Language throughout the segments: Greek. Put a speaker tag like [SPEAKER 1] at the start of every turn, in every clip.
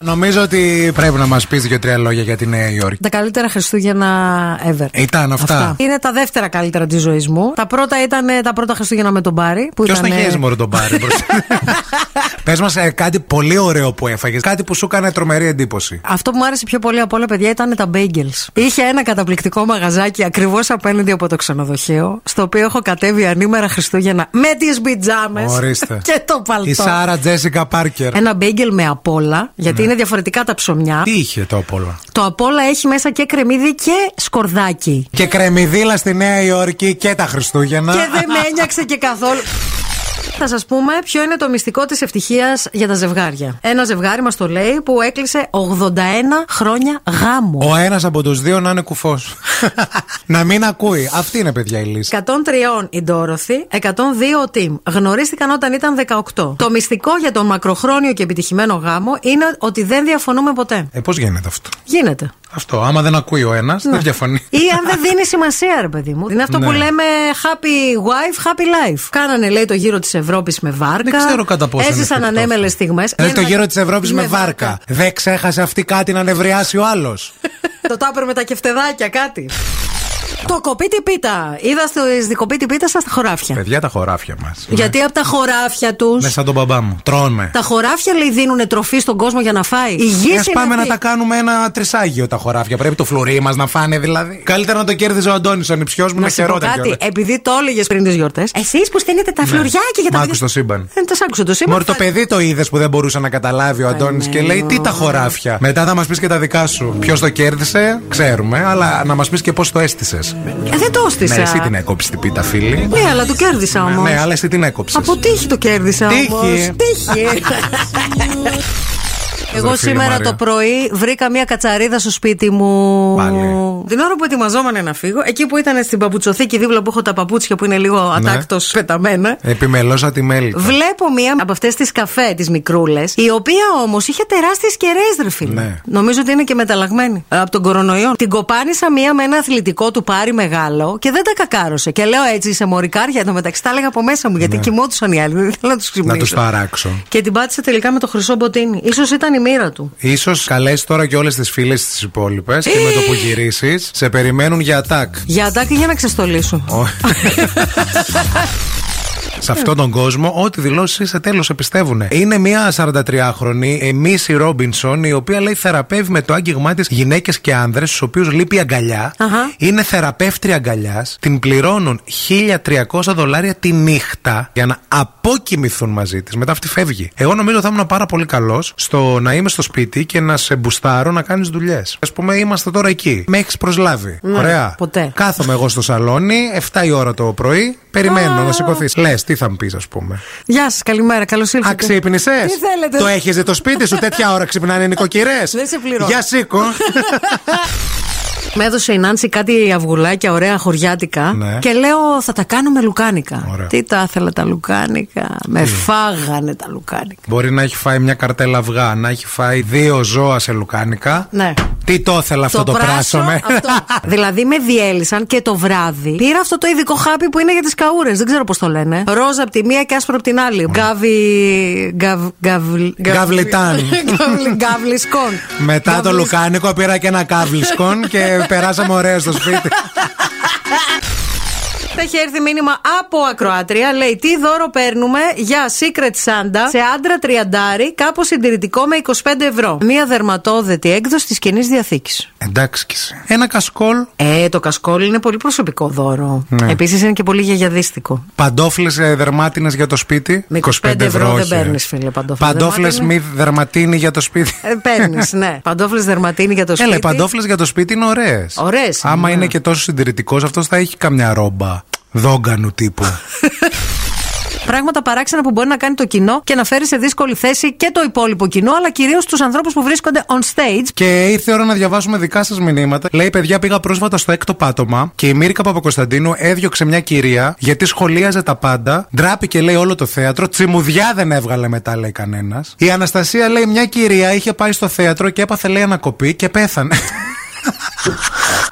[SPEAKER 1] Νομίζω ότι πρέπει να μας πεις δύο-τρία λόγια για τη Νέα Υόρκη.
[SPEAKER 2] Τα καλύτερα Χριστούγεννα ever.
[SPEAKER 1] Ήταν αυτά.
[SPEAKER 2] Είναι τα δεύτερα καλύτερα της ζωής μου. Τα πρώτα ήταν ε, τα πρώτα Χριστούγεννα με τον Μπάρι. που
[SPEAKER 1] Ποιος
[SPEAKER 2] ήταν,
[SPEAKER 1] ήταν...
[SPEAKER 2] ε,
[SPEAKER 1] χέρι μου τον πάρει μπροστά. Πες μας ε, κάτι πολύ ωραίο που έφαγες. Κάτι που σου έκανε τρομερή εντύπωση.
[SPEAKER 2] Αυτό που μου άρεσε πιο πολύ από όλα, παιδιά, ήταν τα bagels. Είχε ένα καταπληκτικό μαγαζάκι ακριβώς απέναντι από το ξενοδοχείο, στο οποίο έχω κατέβει ανήμερα Χριστούγεννα με τις πιτζάμε
[SPEAKER 1] Ορίστε.
[SPEAKER 2] και το παλτό.
[SPEAKER 1] Η Σάρα Τζέσικα Πάρκερ.
[SPEAKER 2] Ένα μπέγγελ με απόλα, γιατί είναι διαφορετικά τα ψωμιά.
[SPEAKER 1] Τι είχε το απ' όλα.
[SPEAKER 2] Το απόλα έχει μέσα και κρεμμύδι και σκορδάκι.
[SPEAKER 1] Και κρεμμυδίλα στη Νέα Υόρκη και τα Χριστούγεννα.
[SPEAKER 2] Και δεν με ένιαξε και καθόλου. Θα σας πούμε ποιο είναι το μυστικό της ευτυχίας για τα ζευγάρια. Ένα ζευγάρι μας το λέει που έκλεισε 81 χρόνια γάμο.
[SPEAKER 1] Ο ένας από τους δύο να είναι κουφός. να μην ακούει. Αυτή είναι, παιδιά, η λύση.
[SPEAKER 2] 103 η Ντόροθη, 102 ο Τιμ. Γνωρίστηκαν όταν ήταν 18. Το μυστικό για τον μακροχρόνιο και επιτυχημένο γάμο είναι ότι δεν διαφωνούμε ποτέ.
[SPEAKER 1] Ε, πώς γίνεται αυτό.
[SPEAKER 2] Γίνεται.
[SPEAKER 1] Αυτό. Άμα δεν ακούει ο ένας, δεν διαφωνεί.
[SPEAKER 2] Ναι. Ή αν δεν δίνει σημασία, ρε παιδί μου. Είναι αυτό
[SPEAKER 1] Ναι.
[SPEAKER 2] που λέμε happy wife, happy life. Κάνανε, λέει, το γύρο της Ευρώπης με βάρκα.
[SPEAKER 1] Δεν ξέρω κατά πόσο. είναι
[SPEAKER 2] Έζησαν
[SPEAKER 1] εφικτό
[SPEAKER 2] ανέμελες
[SPEAKER 1] αυτό.
[SPEAKER 2] στιγμές.
[SPEAKER 1] Δηλαδή το γύρο της Ευρώπης
[SPEAKER 2] Ναι,
[SPEAKER 1] με βάρκα. Δεν ξέχασε αυτή κάτι να νευριάσει ο άλλος.
[SPEAKER 2] το τάπερ με τα κεφτεδάκια, κάτι. Το κοπίτι πίτα. Είδα στο δικοπίτι πίτα σας τα χωράφια.
[SPEAKER 1] Παιδιά τα χωράφια μας.
[SPEAKER 2] Γιατί από τα χωράφια τους.
[SPEAKER 1] Είναι σαν τον μπαμπά μου. Τρώμε.
[SPEAKER 2] Τα χωράφια λέει δίνουν τροφή στον κόσμο για να φάει. Η γη
[SPEAKER 1] Ας
[SPEAKER 2] είναι
[SPEAKER 1] Ε, πάμε να
[SPEAKER 2] αυτή.
[SPEAKER 1] τα κάνουμε ένα τρισάγιο τα χωράφια. Πρέπει το φλουρί μας να φάνε δηλαδή. Καλύτερα να το κέρδιζε ο Αντώνης, ο νηψιός μου να
[SPEAKER 2] Να σου πω
[SPEAKER 1] χαιρόταν
[SPEAKER 2] κάτι, Ε,
[SPEAKER 1] κιόλας.
[SPEAKER 2] επειδή το έλεγες πριν τις γιορτές. Εσείς που στέλνετε τα φλουριάκια για τα
[SPEAKER 1] Μ'
[SPEAKER 2] παιδιά.
[SPEAKER 1] άκουσες το σύμπαν.
[SPEAKER 2] Δεν σα άκουσα το σύμπαν.
[SPEAKER 1] Μωρή το
[SPEAKER 2] θα-
[SPEAKER 1] παιδί το είδες που δεν μπορούσε να καταλάβει ο Αντώνη
[SPEAKER 2] ναι.
[SPEAKER 1] και λέει τι τα χωράφια. Μετά θα μας πεις και τα δικά σου. Ποιος το κέρδισε, ξέρουμε, αλλά να μας πεις και πώς το αίσθησε.
[SPEAKER 2] Ε, δεν το
[SPEAKER 1] Ναι,
[SPEAKER 2] έστησα.
[SPEAKER 1] εσύ την έκοψε την πίτα, φίλη.
[SPEAKER 2] Ναι, αλλά το κέρδισα όμως.
[SPEAKER 1] Ναι, αλλά εσύ την έκοψες.
[SPEAKER 2] Από τύχη το κέρδισα
[SPEAKER 1] Τύχη.
[SPEAKER 2] όμως. Τύχη. Εγώ
[SPEAKER 1] Ρε φίλε
[SPEAKER 2] σήμερα
[SPEAKER 1] Μαρία.
[SPEAKER 2] το πρωί βρήκα μια κατσαρίδα στο σπίτι μου.
[SPEAKER 1] Πάλι.
[SPEAKER 2] Την ώρα που ετοιμαζόμανε να φύγω, εκεί που ήταν στην παπουτσοθήκη δίπλα που έχω τα παπούτσια που είναι λίγο
[SPEAKER 1] Ναι.
[SPEAKER 2] ατάκτος
[SPEAKER 1] Ε.
[SPEAKER 2] πεταμένα.
[SPEAKER 1] Επιμελώσα τη μέλη.
[SPEAKER 2] Βλέπω μία από αυτές τις καφέ, τις μικρούλες, η οποία όμως είχε τεράστιες κεραίες, ρε φίλε.
[SPEAKER 1] Ναι.
[SPEAKER 2] Νομίζω ότι είναι και μεταλλαγμένη ε, από τον κορονοϊό. Την κοπάνισα μία με ένα αθλητικό του πάρι μεγάλο και δεν τα κακάρωσε. Και λέω έτσι σε μωρικάρια, το μεταξύ τα έλεγα από μέσα μου γιατί κοιμόντουσαν οι άλλοι. Δεν ήθελα να τους
[SPEAKER 1] Ναι. Να
[SPEAKER 2] ξυπνήσω.
[SPEAKER 1] του ταράξω.
[SPEAKER 2] Και την πάτησε τελικά με το χρυσό μποτίνι. σω ήταν η μοίρα του.
[SPEAKER 1] σω καλέσεις τώρα και όλες τις φίλες τις υπόλοιπες και με το που γυρίσεις σε περιμένουν για ατάκ.
[SPEAKER 2] Για αντάκι για να ξεστολίσω.
[SPEAKER 1] Ω. Σε αυτόν τον κόσμο, ό,τι δηλώσεις σε τέλο επιστεύουν. Είναι μια 43χρονη, η Μίση Ρόμπινσον, η οποία λέει θεραπεύει με το άγγιγμά της γυναίκες και άνδρες, στους οποίους λείπει αγκαλιά.
[SPEAKER 2] Αχα.
[SPEAKER 1] Είναι θεραπεύτρια αγκαλιάς. Την πληρώνουν 1300 δολάρια τη νύχτα για να αποκοιμηθούν μαζί της. Μετά αυτή φεύγει. Εγώ νομίζω θα ήμουν πάρα πολύ καλός στο να είμαι στο σπίτι και να σε μπουστάρω να κάνεις δουλειές. Ας πούμε, είμαστε τώρα εκεί. Με έχεις προσλάβει. Ωραία.
[SPEAKER 2] ποτέ.
[SPEAKER 1] Κάθομαι εγώ στο σαλόνι, 7 η ώρα το πρωί, περιμένω να σηκωθείς. Λες, τι θα μου πεις, ας πούμε.
[SPEAKER 2] Γεια σας, καλημέρα, καλώς ήρθατε.
[SPEAKER 1] Α, ξύπνησες.
[SPEAKER 2] Τι θέλετε.
[SPEAKER 1] Το έχεις δει το σπίτι σου, τέτοια ώρα ξυπνάνε οι νοικοκυρές.
[SPEAKER 2] Δεν σε πληρώνω.
[SPEAKER 1] Για σήκω.
[SPEAKER 2] Με έδωσε η Νάνση κάτι αυγουλάκια ωραία χωριάτικα
[SPEAKER 1] Ναι.
[SPEAKER 2] και λέω θα τα κάνουμε λουκάνικα.
[SPEAKER 1] Ωραία.
[SPEAKER 2] Τι τα ήθελα τα λουκάνικα. Με φάγανε τα λουκάνικα.
[SPEAKER 1] Μπορεί να έχει φάει μια καρτέλα αυγά, να έχει φάει δύο ζώα σε λουκάνικα.
[SPEAKER 2] Ναι.
[SPEAKER 1] Τι το ήθελα αυτό το, ε? πράσο με.
[SPEAKER 2] αυτό. δηλαδή με διέλυσαν και το βράδυ πήρα αυτό το ειδικό χάπι που είναι για τις καούρες. Δεν ξέρω πώς το λένε. Ρόζα από τη μία και άσπρο από την άλλη. Γκάβι. γκαβ- γκαβλ- γκαβλ-
[SPEAKER 1] Γκαβλιτάν.
[SPEAKER 2] Γκαβλι- Γκαβλισκόν.
[SPEAKER 1] Μετά το
[SPEAKER 2] Γκαβλισ-
[SPEAKER 1] λουκάνικο πήρα και ένα καύλισκον και περάσαμε ωραία στο σπίτι.
[SPEAKER 2] Έχει έρθει μήνυμα από ακροάτρια. Λέει τι δώρο παίρνουμε για Secret Santa σε άντρα τριαντάρι, κάπως συντηρητικό με 25 ευρώ. Μία δερματόδετη έκδοση της κοινή διαθήκης.
[SPEAKER 1] Εντάξει κι εσύ. Ένα κασκόλ
[SPEAKER 2] Ε, το κασκόλ είναι πολύ προσωπικό δώρο.
[SPEAKER 1] Ναι.
[SPEAKER 2] Επίσης είναι και πολύ γιαγιαδίστικο.
[SPEAKER 1] Παντόφλες δερμάτινε ε, για το σπίτι.
[SPEAKER 2] Με 25 ευρώ δεν
[SPEAKER 1] όχι, ε.
[SPEAKER 2] παίρνεις, φίλε, παντόφλες
[SPEAKER 1] Παντόφλες μη
[SPEAKER 2] δερμάτινη.
[SPEAKER 1] δερματίνη για το σπίτι.
[SPEAKER 2] Ε, Παίρνεις, ναι. Παντόφλες δερματίνη για το σπίτι.
[SPEAKER 1] Έλα, οι παντόφλες για το σπίτι είναι ωραίες.
[SPEAKER 2] Ωραίες είναι,
[SPEAKER 1] Άμα
[SPEAKER 2] ναι.
[SPEAKER 1] είναι και τόσο συντηρητικός, αυτός θα έχει καμιά ρόμπα. Δόγκανου τύπου.
[SPEAKER 2] Πράγματα παράξενα που μπορεί να κάνει το κοινό και να φέρει σε δύσκολη θέση και το υπόλοιπο κοινό, αλλά κυρίως τους ανθρώπους που βρίσκονται on stage.
[SPEAKER 1] και ήρθε η ώρα να διαβάσουμε δικά σας μηνύματα. Λέει, παιδιά, πήγα πρόσφατα στο έκτο πάτωμα και η Μύρκα Παπακοσταντίνου έδιωξε μια κυρία γιατί σχολίαζε τα πάντα. Ντράπηκε, λέει, όλο το θέατρο. Τσιμουδιά δεν έβγαλε μετά, λέει κανένας. Η Αναστασία, λέει, μια κυρία είχε πάει στο θέατρο και έπαθε, λέει, ανακοπή και πέθανε.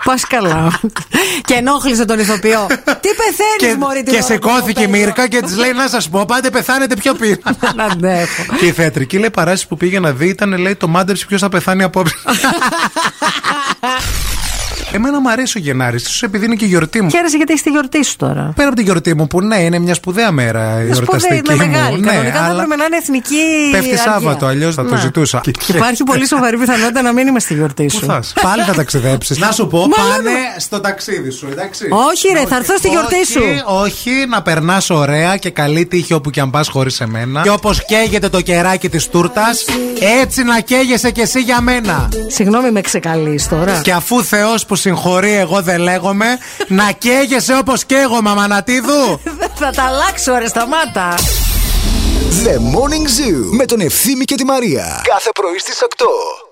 [SPEAKER 2] Πας καλά. και ενόχλησε τον ηθοποιό. Τι πεθαίνεις, Μωρή
[SPEAKER 1] και σηκώθηκε η Μύρκα και της λέει: Να σας πω, πάτε πεθάνετε πιο πίσω.
[SPEAKER 2] Να αντέχω.
[SPEAKER 1] και η θεατρική λέει παράσταση που πήγε να δει ήταν λέει το μάντεψε ποιος θα πεθάνει απόψε. Εμένα μου αρέσει ο Γενάρης, ίσως επειδή είναι και η γιορτή μου.
[SPEAKER 2] Χαίρεσαι γιατί έχει τη γιορτή σου τώρα.
[SPEAKER 1] Πέρα από την γιορτή μου, που ναι, είναι μια σπουδαία μέρα η
[SPEAKER 2] Να σου πω, δεν
[SPEAKER 1] γιορταστική
[SPEAKER 2] είναι μεγάλη.
[SPEAKER 1] μου. Ναι,
[SPEAKER 2] Κανονικά θα
[SPEAKER 1] αλλά
[SPEAKER 2] έπρεπε να είναι εθνική.
[SPEAKER 1] πέφτει
[SPEAKER 2] αργία.
[SPEAKER 1] Σάββατο, αλλιώς θα το
[SPEAKER 2] Ναι.
[SPEAKER 1] ζητούσα.
[SPEAKER 2] Υπάρχει πολύ σοβαρή πιθανότητα να μην είμαι στη γιορτή
[SPEAKER 1] Πού
[SPEAKER 2] σου.
[SPEAKER 1] θα είσαι? Πάλι θα ταξιδέψεις. Να σου πω,
[SPEAKER 2] Μάλλον.
[SPEAKER 1] πάνε στο ταξίδι σου, εντάξει.
[SPEAKER 2] Όχι, ρε, θα έρθω στη γιορτή
[SPEAKER 1] Όχι,
[SPEAKER 2] σου.
[SPEAKER 1] Όχι, να περνάς ωραία και καλή τύχη όπου και αν πας χωρίς εμένα. Και όπως καίγεται το κεράκι της τούρτας, έτσι να καίγεσαι κι εσύ για μένα.
[SPEAKER 2] Συγγνώμη, με ξεκαλείς τώρα.
[SPEAKER 1] Και αφού Θεός που συγχωρεί, εγώ δεν λέγομαι, να καίγεσαι όπως καίγομαι, Μανατίδου.
[SPEAKER 2] Θα τα αλλάξω, ρε, σταμάτα.
[SPEAKER 3] The Morning Zoo με τον Ευθύμη και τη Μαρία. Κάθε πρωί στις 8.